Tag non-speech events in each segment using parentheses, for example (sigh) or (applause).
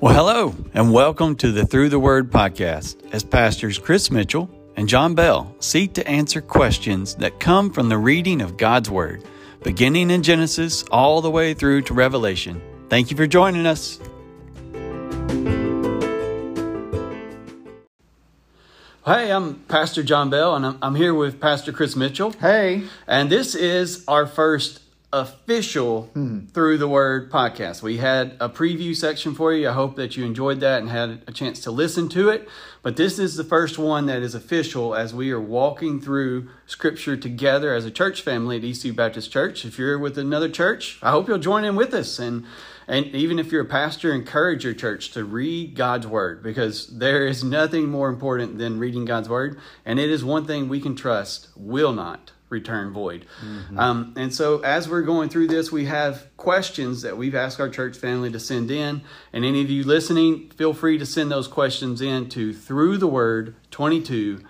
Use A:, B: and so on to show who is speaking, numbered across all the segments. A: Well, hello, and welcome to the Through the Word podcast as pastors Chris Mitchell and John Bell seek to answer questions that come from the reading of God's Word, beginning in Genesis all the way through to Revelation. Thank you for joining us. Hey, I'm Pastor John Bell, and I'm, I'm here with Pastor Chris Mitchell.
B: Hey.
A: And this is our first official Through the Word podcast. We had a preview section for you. I hope that you enjoyed that and had a chance to listen to it. But this is the first one that is official as we are walking through Scripture together as a church family at ECU Baptist Church. If you're with another church, I hope you'll join in with us. And and even if you're a pastor, encourage your church to read God's word because there is nothing more important than reading God's word. And it is one thing we can trust will not return void. Um, and so, as we're going through this, we have questions that we've asked our church family to send in. And any of you listening, feel free to send those questions in to through the word 22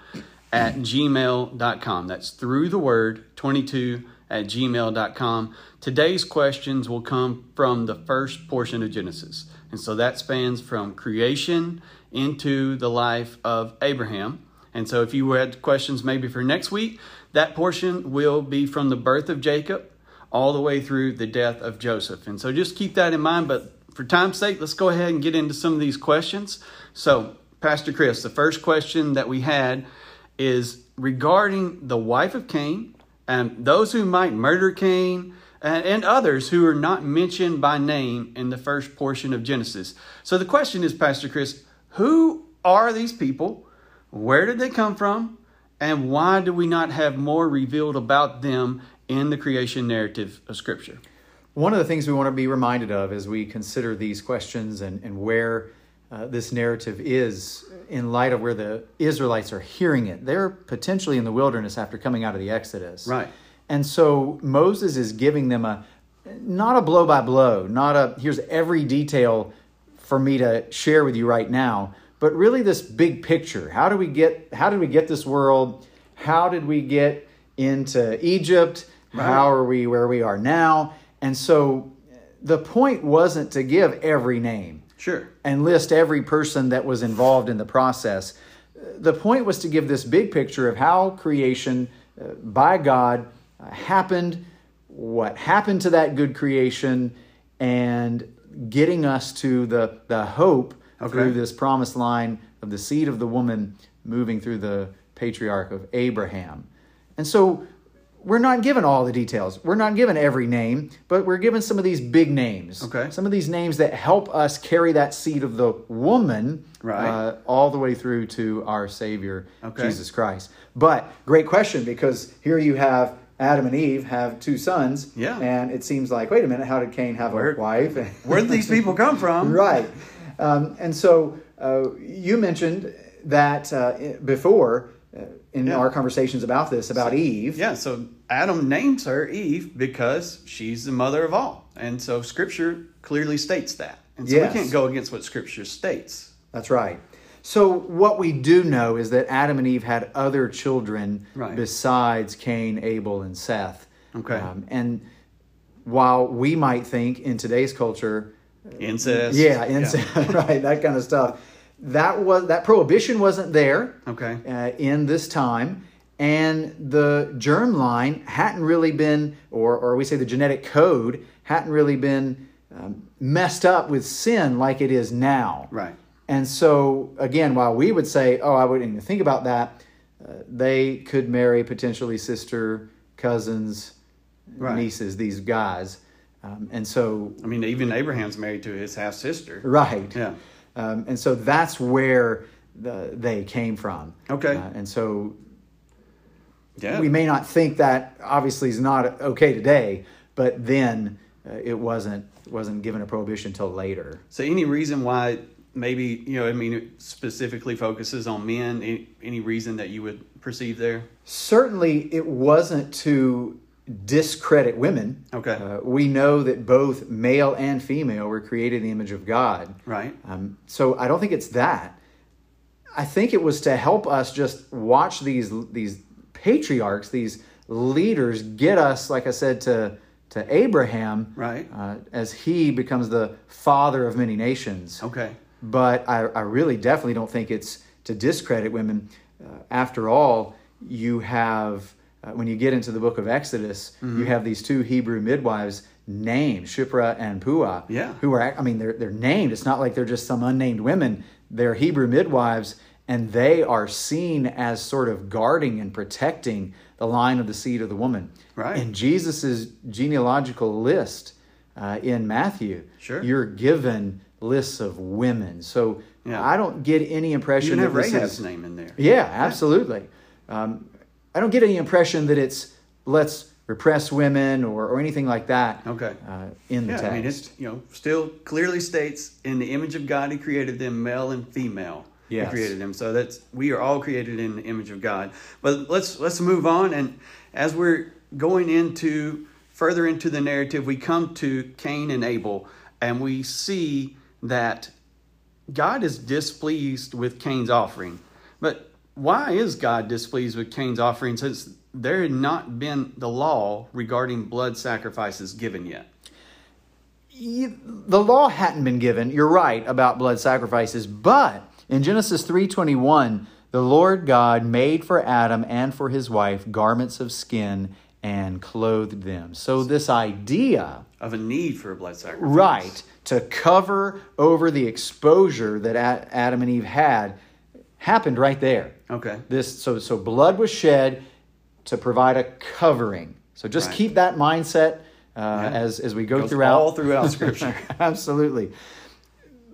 A: at gmail.com. That's through the word 22 at gmail.com. Today's questions will come from the first portion of Genesis. And so that spans from creation into the life of Abraham. And so if you had questions maybe for next week, that portion will be from the birth of Jacob all the way through the death of Joseph. And so just keep that in mind. But for time's sake, let's go ahead and get into some of these questions. So, Pastor Chris, the first question that we had is regarding the wife of Cain and those who might murder Cain and, and others who are not mentioned by name in the first portion of Genesis. So, the question is, Pastor Chris, who are these people? Where did they come from? And why do we not have more revealed about them in the creation narrative of Scripture?
B: One of the things we want to be reminded of as we consider these questions and, and where uh, this narrative is in light of where the Israelites are hearing it. They're potentially in the wilderness after coming out of the Exodus.
A: Right.
B: And so Moses is giving them a not a blow by blow, not a here's every detail for me to share with you right now, but really this big picture. How do we get how did we get this world? How did we get into Egypt? How are we where we are now? And so the point wasn't to give every name
A: Sure.
B: and list every person that was involved in the process. The point was to give this big picture of how creation uh, by God uh, happened, what happened to that good creation, and getting us to the, the hope through this promised line of the seed of the woman moving through the patriarch of Abraham. And so we're not given all the details. We're not given every name, but we're given some of these big names.
A: Okay.
B: Some of these names that help us carry that seed of the woman
A: Right.
B: uh, all the way through to our Savior,
A: Okay.
B: Jesus Christ. But great question because here you have Adam and Eve have two sons.
A: Yeah.
B: And it seems like, wait a minute, how did Cain have a wife?
A: Where did these people come from?
B: (laughs) right. Um, and so uh, you mentioned that uh, i- before uh, in our conversations about this, about Eve.
A: Yeah, so Adam names her Eve because she's the mother of all. And so scripture clearly states that. And so
B: Yes.
A: we can't go against what scripture states.
B: That's right. So what we do know is that Adam and Eve had other children
A: Right.
B: besides Cain, Abel, and Seth. Um,
A: Okay.
B: and while we might think in today's culture,
A: Incest.
B: yeah, incest, (laughs) right, that kind of stuff, that was that prohibition wasn't there.
A: Okay.
B: uh, in this time, and the germ line hadn't really been, or, or we say the genetic code hadn't really been um, messed up with sin like it is now.
A: Right.
B: And so, again, while we would say, oh, I wouldn't even think about that, uh, they could marry potentially sister, cousins,
A: Right.
B: nieces, these guys. Um, and so,
A: I mean, even Abraham's married to his half sister.
B: right.
A: Yeah.
B: Um, and so that's where the, they came from.
A: Okay.
B: Uh, and so
A: Yeah.
B: we may not think that obviously is not okay today, but then uh, it wasn't it wasn't given a prohibition till later.
A: so, any reason why maybe, you know, I mean, it specifically focuses on men? Any, any reason that you would perceive there?
B: Certainly, it wasn't to discredit women.
A: Okay.
B: Uh, we know that both male and female were created in the image of God.
A: Right.
B: Um, so I don't think it's that. I think it was to help us just watch these these patriarchs, these leaders, get us, like I said, to to Abraham,
A: Right.
B: Uh, as he becomes the father of many nations,
A: Okay.
B: But I, I really definitely don't think it's to discredit women. Uh, after all, you have, uh, when you get into the book of Exodus,
A: Mm-hmm.
B: you have these two Hebrew midwives named, Shipra and Puah,
A: Yeah.
B: who who are I mean they're they're named. It's not like they're just some unnamed women. They're Hebrew midwives and they are seen as sort of guarding and protecting the line of the seed of the woman.
A: Right.
B: In Jesus's genealogical list uh, in Matthew,
A: Sure.
B: you're given lists of women. So
A: Yeah.
B: I don't get any impression
A: You can have
B: that this
A: Rahab's
B: is-
A: name in there.
B: yeah, absolutely. Um, I don't get any impression that it's let's repress women or, or anything like that.
A: Okay.
B: Uh, in the
A: Yeah,
B: text.
A: I mean, it's you know still clearly states in the image of God He created them, male and female.
B: Yes.
A: He created them. So that's we are all created in the image of God. But let's let's move on, and as we're going into further into the narrative, we come to Cain and Abel, and we see that God is displeased with Cain's offering. But why is God displeased with Cain's offering since there had not been the law regarding blood sacrifices given yet?
B: you- the law hadn't been given you're right about blood sacrifices but in genesis 3.21 the lord god made for adam and for his wife garments of skin and clothed them so this idea
A: of a need for a blood sacrifice.
B: right to cover over the exposure that A- adam and eve had happened right there
A: Okay.
B: this so so blood was shed to provide a covering so just
A: Right.
B: keep that mindset uh, as as we go
A: Goes
B: throughout
A: all throughout Scripture.
B: (laughs) Absolutely.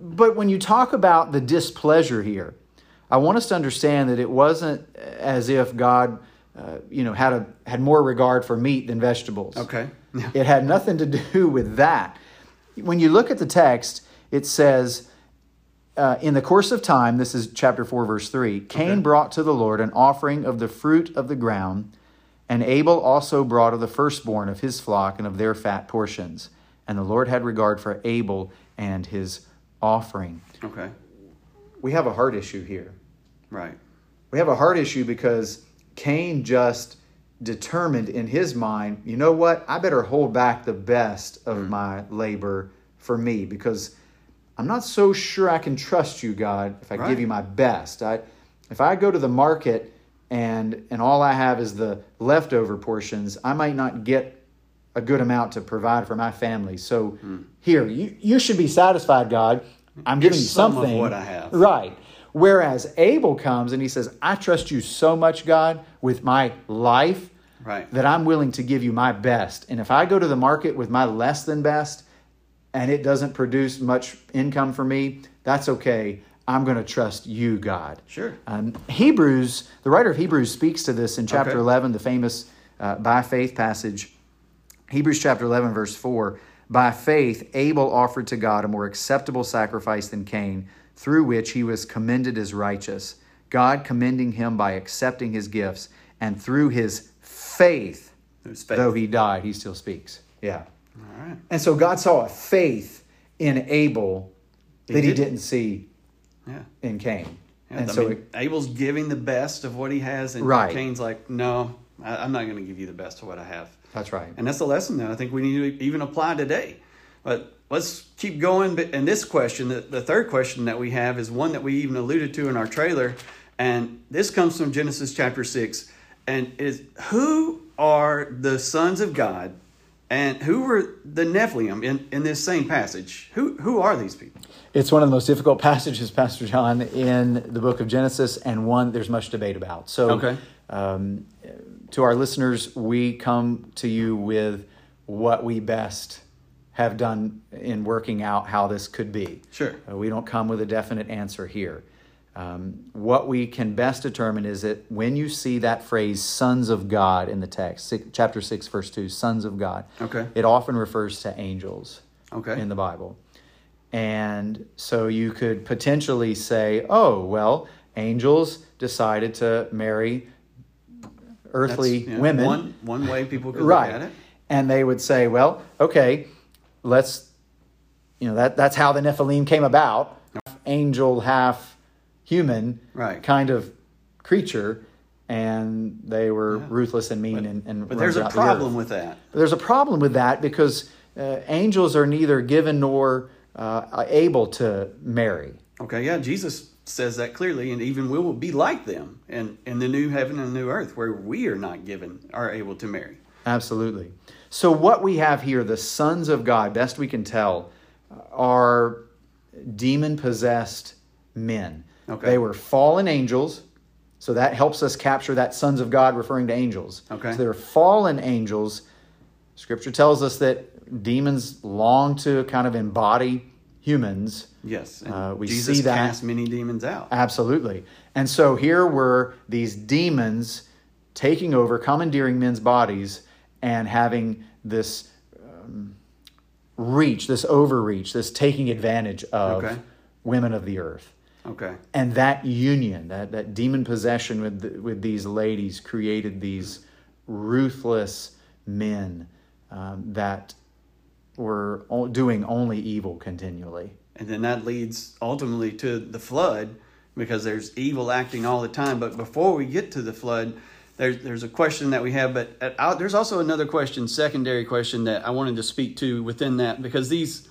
B: But when you talk about the displeasure here, I want us to understand that it wasn't as if God, uh, you know, had a had more regard for meat than vegetables.
A: Okay. Yeah.
B: It had nothing to do with that. When you look at the text, it says, uh, in the course of time, this is chapter 4, verse 3 Cain brought to the Lord an offering of the fruit of the ground, and Abel also brought of the firstborn of his flock and of their fat portions. And the Lord had regard for Abel and his offering.
A: Okay.
B: We have a heart issue here.
A: Right.
B: We have a heart issue because Cain just determined in his mind, you know what? I better hold back the best of
A: Mm.
B: my labor for me because I'm not so sure I can trust you, God, if I
A: Right.
B: give you my best. I if I go to the market and and all I have is the leftover portions, I might not get a good amount to provide for my family. So
A: Hmm.
B: here, you you should be satisfied, God. I'm giving you
A: some of
B: something.
A: what I have.
B: Right. Whereas Abel comes and he says, I trust you so much, God, with my life
A: Right.
B: that I'm willing to give you my best. And if I go to the market with my less than best and it doesn't produce much income for me, that's okay. I'm going to trust you, God.
A: Sure.
B: Um, Hebrews, the writer of Hebrews speaks to this in chapter
A: Okay.
B: 11, the famous uh, by faith passage. Hebrews chapter 11, verse 4 By faith, Abel offered to God a more acceptable sacrifice than Cain, through which he was commended as righteous, God commending him by accepting his gifts, and through his faith,
A: There's faith.
B: though he died, he still speaks. Yeah.
A: All right.
B: And so God saw a faith in Abel that he
A: did.
B: didn't see
A: Yeah.
B: in Cain.
A: Yeah,
B: and
A: I
B: so
A: mean,
B: it
A: Abel's giving the best of what he has, and
B: Right.
A: Cain's like, "No, I, I'm not going to give you the best of what I have."
B: That's right.
A: And that's a lesson that I think we need to even apply today. But let's keep going. But- And this question, the, the third question that we have, is one that we even alluded to in our trailer, and this comes from Genesis chapter six, and it is who are the sons of God, and who were the Nephilim in, in this same passage? Who who are these people?
B: It's one of the most difficult (laughs) passages, Pastor John, in the book of Genesis, and one there's much debate about. So,
A: Okay.
B: um, to our listeners, we come to you with what we best have done in working out how this could be.
A: Sure.
B: Uh, we don't come with a definite answer here. Um, what we can best determine is that when you see that phrase "sons of God" in the text, six, chapter six, verse two, "sons of God,"
A: Okay.
B: it often refers to angels
A: Okay.
B: in the Bible. And so you could potentially say, oh, well, angels decided to marry earthly
A: That's, you know,
B: women.
A: One one way people could
B: right.
A: look at it.
B: And they would say, well, okay, let's, you know, that, that's how the Nephilim came about half angel, half human
A: Right.
B: kind of creature. And they were ruthless and mean and, and
A: But there's a
B: roamed throughout the earth.
A: problem with that.
B: But There's a problem with that because uh, angels are neither given nor uh, able to marry.
A: Okay, yeah, Jesus says that clearly, and even we will be like them and in the new heaven and new earth where we are not given are able to marry.
B: Absolutely. So, what we have here, the sons of God, best we can tell, are demon possessed men.
A: Okay.
B: They were fallen angels. So, that helps us capture that sons of God referring to angels.
A: Okay.
B: So, they were fallen angels. Scripture tells us that demons long to kind of embody humans.
A: Yes, and
B: Uh, we
A: Jesus
B: see that-
A: cast many demons out.
B: Absolutely. And so here were these demons taking over, commandeering men's bodies, and having this um, reach, this overreach, this taking advantage of
A: Okay.
B: women of the earth.
A: Okay,
B: And that union, that, that demon possession with, the, with these ladies, created these ruthless men um, that were o- doing only evil continually.
A: and then that leads ultimately to the flood because there's evil acting all the time. But before we get to the flood, there's there's a question that we have, but uh, I, there's also another question, secondary question that I wanted to speak to within that because these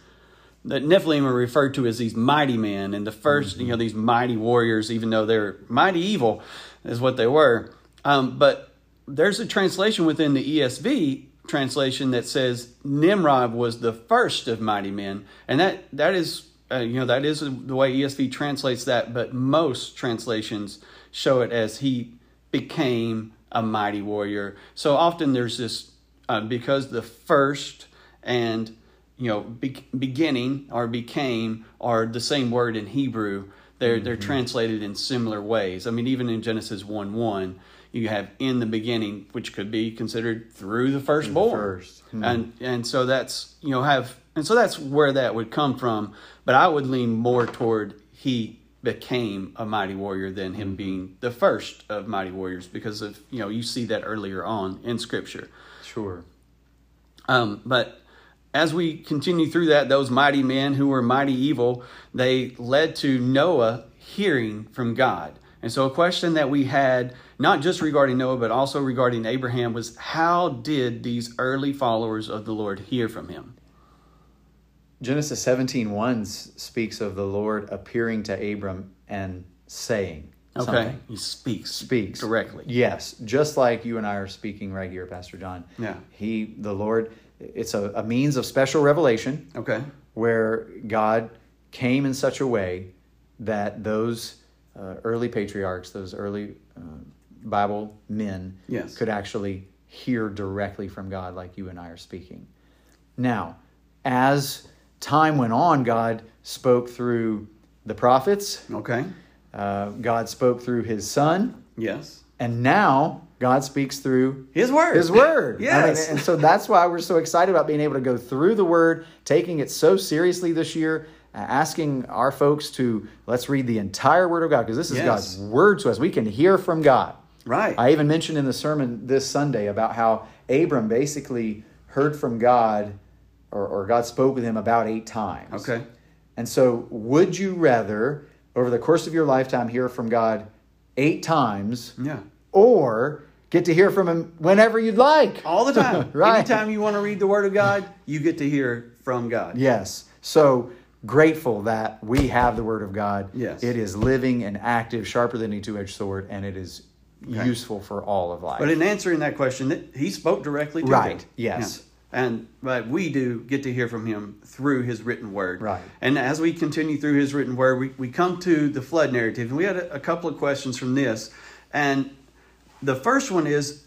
A: that Nephilim are referred to as these mighty men and the 1st you know, these mighty warriors, even though they're mighty evil, is what they were. Um, but there's a translation within the ESV translation that says Nimrod was the first of mighty men, and that that is. Uh, you know that is the way ESV translates that, but most translations show it as he became a mighty warrior. So often there's this uh, because the first and you know be- beginning or became are the same word in Hebrew. They're they're translated in similar ways. I mean, even in Genesis one one, you have in the beginning, which could be considered through the Hmm. firstborn,
B: first.
A: and and so that's you know have and so that's where that would come from. But I would lean more toward he became a mighty warrior than him being the first of mighty warriors because of you know you see that earlier on in Scripture.
B: Sure.
A: Um, but as we continue through that, those mighty men who were mighty evil, they led to Noah hearing from God. And so, a question that we had, not just regarding Noah, but also regarding Abraham, was how did these early followers of the Lord hear from him?
B: Genesis 17 speaks of the Lord appearing to Abram and saying
A: Okay.
B: something.
A: He speaks,
B: Speaks.
A: directly.
B: Yes, just like you and I are speaking right here, Pastor John.
A: Yeah.
B: He, the Lord, it's a, a means of special revelation
A: Okay.
B: where God came in such a way that those uh, early patriarchs, those early uh, Bible men,
A: Yes.
B: could actually hear directly from God, like you and I are speaking. Now, as time went on, God spoke through the prophets,
A: Okay.
B: uh, God spoke through his son,
A: Yes.
B: and now God speaks through
A: His word.
B: his word. I
A: (laughs)
B: mean,
A: Yes.
B: and so that's why we're so excited about being able to go through the word, taking it so seriously this year, uh, asking our folks to let's read the entire word of God because this is
A: Yes.
B: God's word to us. We can hear from God.
A: Right.
B: I even mentioned in the sermon this Sunday about how Abram basically heard from God or, or God spoke with him about eight times.
A: Okay.
B: And so, would you rather, over the course of your lifetime, hear from God eight times
A: (laughs) Yeah.
B: or get to hear from him whenever you'd like.
A: All the (laughs) time.
B: Right.
A: Anytime you want to read the word of God, you get to hear from God.
B: Yes. So grateful that we have the Word of God.
A: Yes.
B: It is living and active, sharper than a two edged sword, and it is useful for all of life.
A: But in answering that question, it- he spoke directly to
B: Right,
A: them.
B: yes.
A: Yeah. And but we do get to hear from him through his written word.
B: Right.
A: And as we continue through his written word, we, we come to the flood narrative. And we had a, a couple of questions from this. And the first one is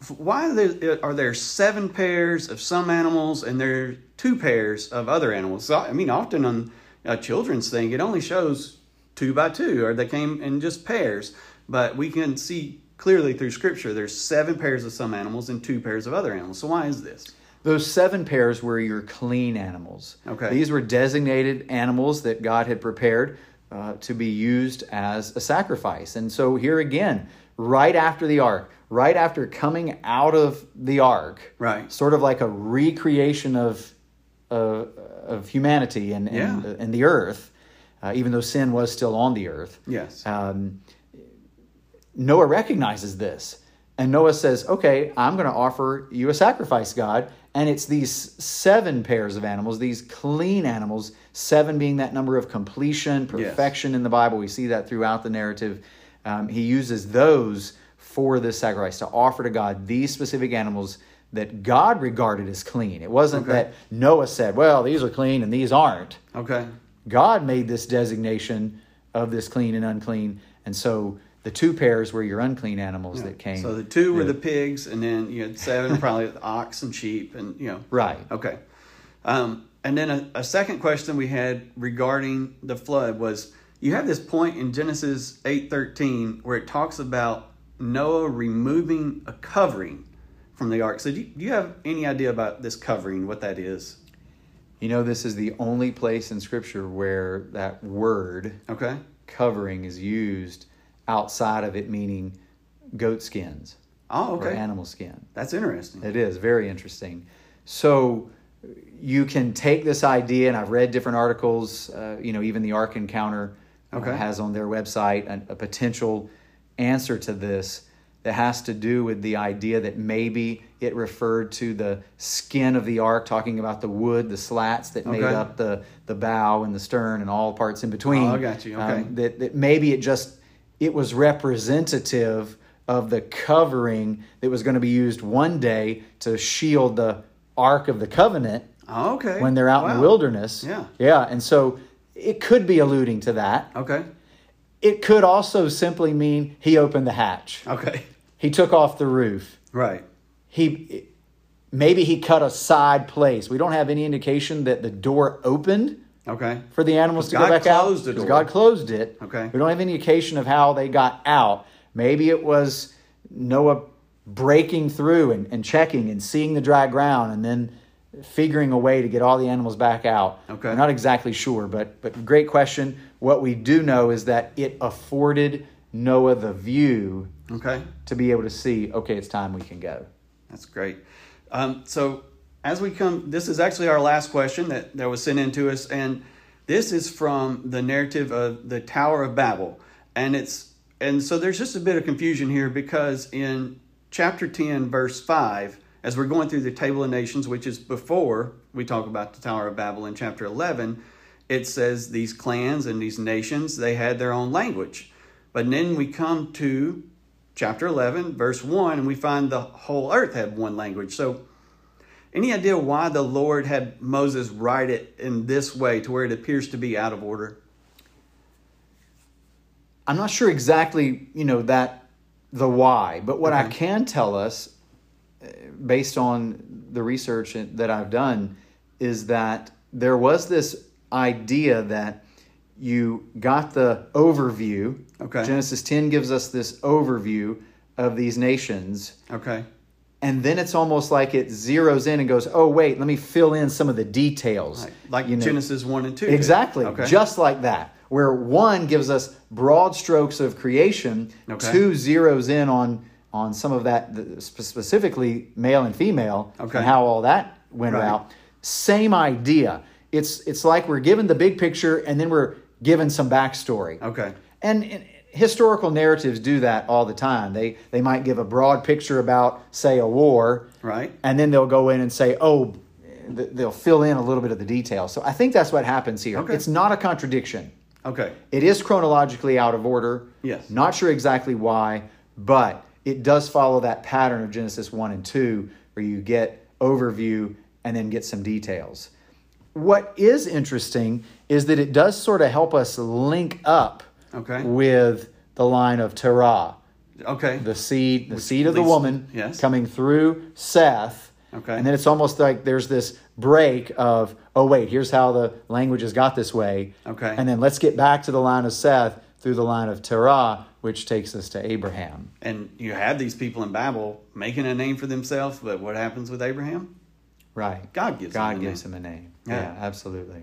A: f- why are there, are there seven pairs of some animals and there are two pairs of other animals? So, I mean, often on a children's thing, it only shows two by two, or they came in just pairs. But we can see clearly through Scripture there's seven pairs of some animals and two pairs of other animals. So why is this?
B: Those seven pairs were your clean animals.
A: Okay.
B: These were designated animals that God had prepared uh, to be used as a sacrifice. And so here again, right after the ark, right after coming out of the ark,
A: Right.
B: sort of like a recreation of of, of humanity and and,
A: Yeah.
B: and the earth, uh, even though sin was still on the earth.
A: Yes.
B: Um, Noah recognizes this. And Noah says, Okay, I'm going to offer you a sacrifice, God. And it's these seven pairs of animals, these clean animals, seven being that number of completion, perfection in the Bible. We see that throughout the narrative. Um, he uses those for this sacrifice to offer to God these specific animals that God regarded as clean. It wasn't
A: Okay.
B: that Noah said, well, these are clean and these aren't.
A: Okay.
B: God made this designation of this clean and unclean. And so the two pairs were your unclean animals that came.
A: So the two were the pigs, and then you had seven probably the ox and sheep, and you know.
B: Right.
A: Okay. Um, and then a, a second question we had regarding the flood was you have this point in Genesis eight thirteen where it talks about Noah removing a covering from the ark. So do you, do you have any idea about this covering, what that is?
B: You know, this is the only place in Scripture where that word
A: Okay.
B: covering is used outside of it meaning goat skins
A: Oh,
B: or
A: okay.
B: animal skin.
A: That's interesting.
B: It is very interesting. So you can take this idea, and I've read different articles. Uh, you know, even the Ark Encounter uh,
A: Okay.
B: has on their website a, a potential answer to this that has to do with the idea that maybe it referred to the skin of the ark, talking about the wood, the slats that made
A: Okay.
B: up the the bow and the stern and all parts in between.
A: Oh, I got you. Okay.
B: Um, that, that maybe it just it was representative of the covering that was going to be used one day to shield the ark of the covenant
A: Oh, okay.
B: when they're out in the
A: Wow.
B: wilderness.
A: Yeah.
B: Yeah, and so it could be alluding to that.
A: Okay.
B: It could also simply mean he opened the hatch.
A: Okay.
B: He took off the roof.
A: Right.
B: He maybe he cut a side place. We don't have any indication that the door opened
A: Okay.
B: for the animals to go
A: God
B: back out.
A: closed the
B: 'Cause
A: door.
B: God closed it.
A: Okay.
B: We don't have any indication of how they got out. Maybe it was Noah breaking through and, and checking and seeing the dry ground and then figuring a way to get all the animals back out.
A: Okay.
B: We're not exactly sure, but but great question. What we do know is that it afforded Noah the view
A: Okay.
B: to be able to see, okay, it's time we can go.
A: That's great. Um, so, as we come, this is actually our last question that, that was sent in to us, and this is from the narrative of the Tower of Babel, and it's and so there's just a bit of confusion here because in chapter ten, verse five, as we're going through the Table of Nations, which is before we talk about the Tower of Babel in chapter eleven, it says these clans and these nations they had their own language, but then we come to chapter 11, verse 1, and we find the whole earth had one language. So, any idea why the Lord had Moses write it in this way to where it appears to be out of order?
B: I'm not sure exactly, you know, that the why, but what I
A: Okay.
B: can tell us, uh, based on the research that I've done, is that there was this idea that you got the overview.
A: Okay.
B: Genesis 10 gives us this overview of these nations,
A: Okay.
B: and then it's almost like it zeroes in and goes, "Oh wait, let me fill in some of the details."
A: Like
B: you know.
A: Genesis 1 and 2. did.
B: Exactly.
A: Okay.
B: Just like that, where one gives us broad strokes of creation,
A: Okay.
B: two zeroes in on on some of that the- spe- specifically male and female
A: Okay.
B: and how all that went
A: Right.
B: out. Same idea. It's it's like we're given the big picture and then we're given some backstory.
A: okay.
B: And, and historical narratives do that all the time. They they might give a broad picture about say a war,
A: Right.
B: and then they'll go in and say, oh, th- they'll fill in a little bit of the details. So I think that's what happens here.
A: Okay.
B: It's not a contradiction.
A: Okay.
B: It is chronologically out of order.
A: Yes.
B: Not sure exactly why, but it does follow that pattern of Genesis 1 and 2, where you get overview and then get some details. What is interesting is that it does sort of help us link up
A: Okay.
B: with the line of Terah
A: Okay.
B: the seed, the seed of the
A: leads-
B: woman
A: yes.
B: coming through Seth.
A: Okay.
B: And then it's almost like there's this break of, oh, wait, here's how the languages got this way.
A: Okay.
B: And then let's get back to the line of Seth through the line of Terah, which takes us to Abraham.
A: and you had these people in Babel making a name for themselves, but what happens with Abraham?
B: Right.
A: God gives
B: God
A: him a
B: gives
A: name.
B: him a name.
A: Yeah.
B: yeah absolutely.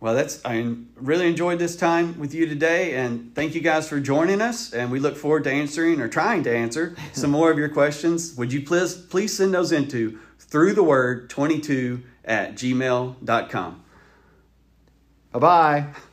A: Well, that's I really enjoyed this time with you today, and thank you guys for joining us. And we look forward to answering or trying to answer some more of your questions. Would you please please send those into through the word 22 at gmail.com.
B: Bye bye.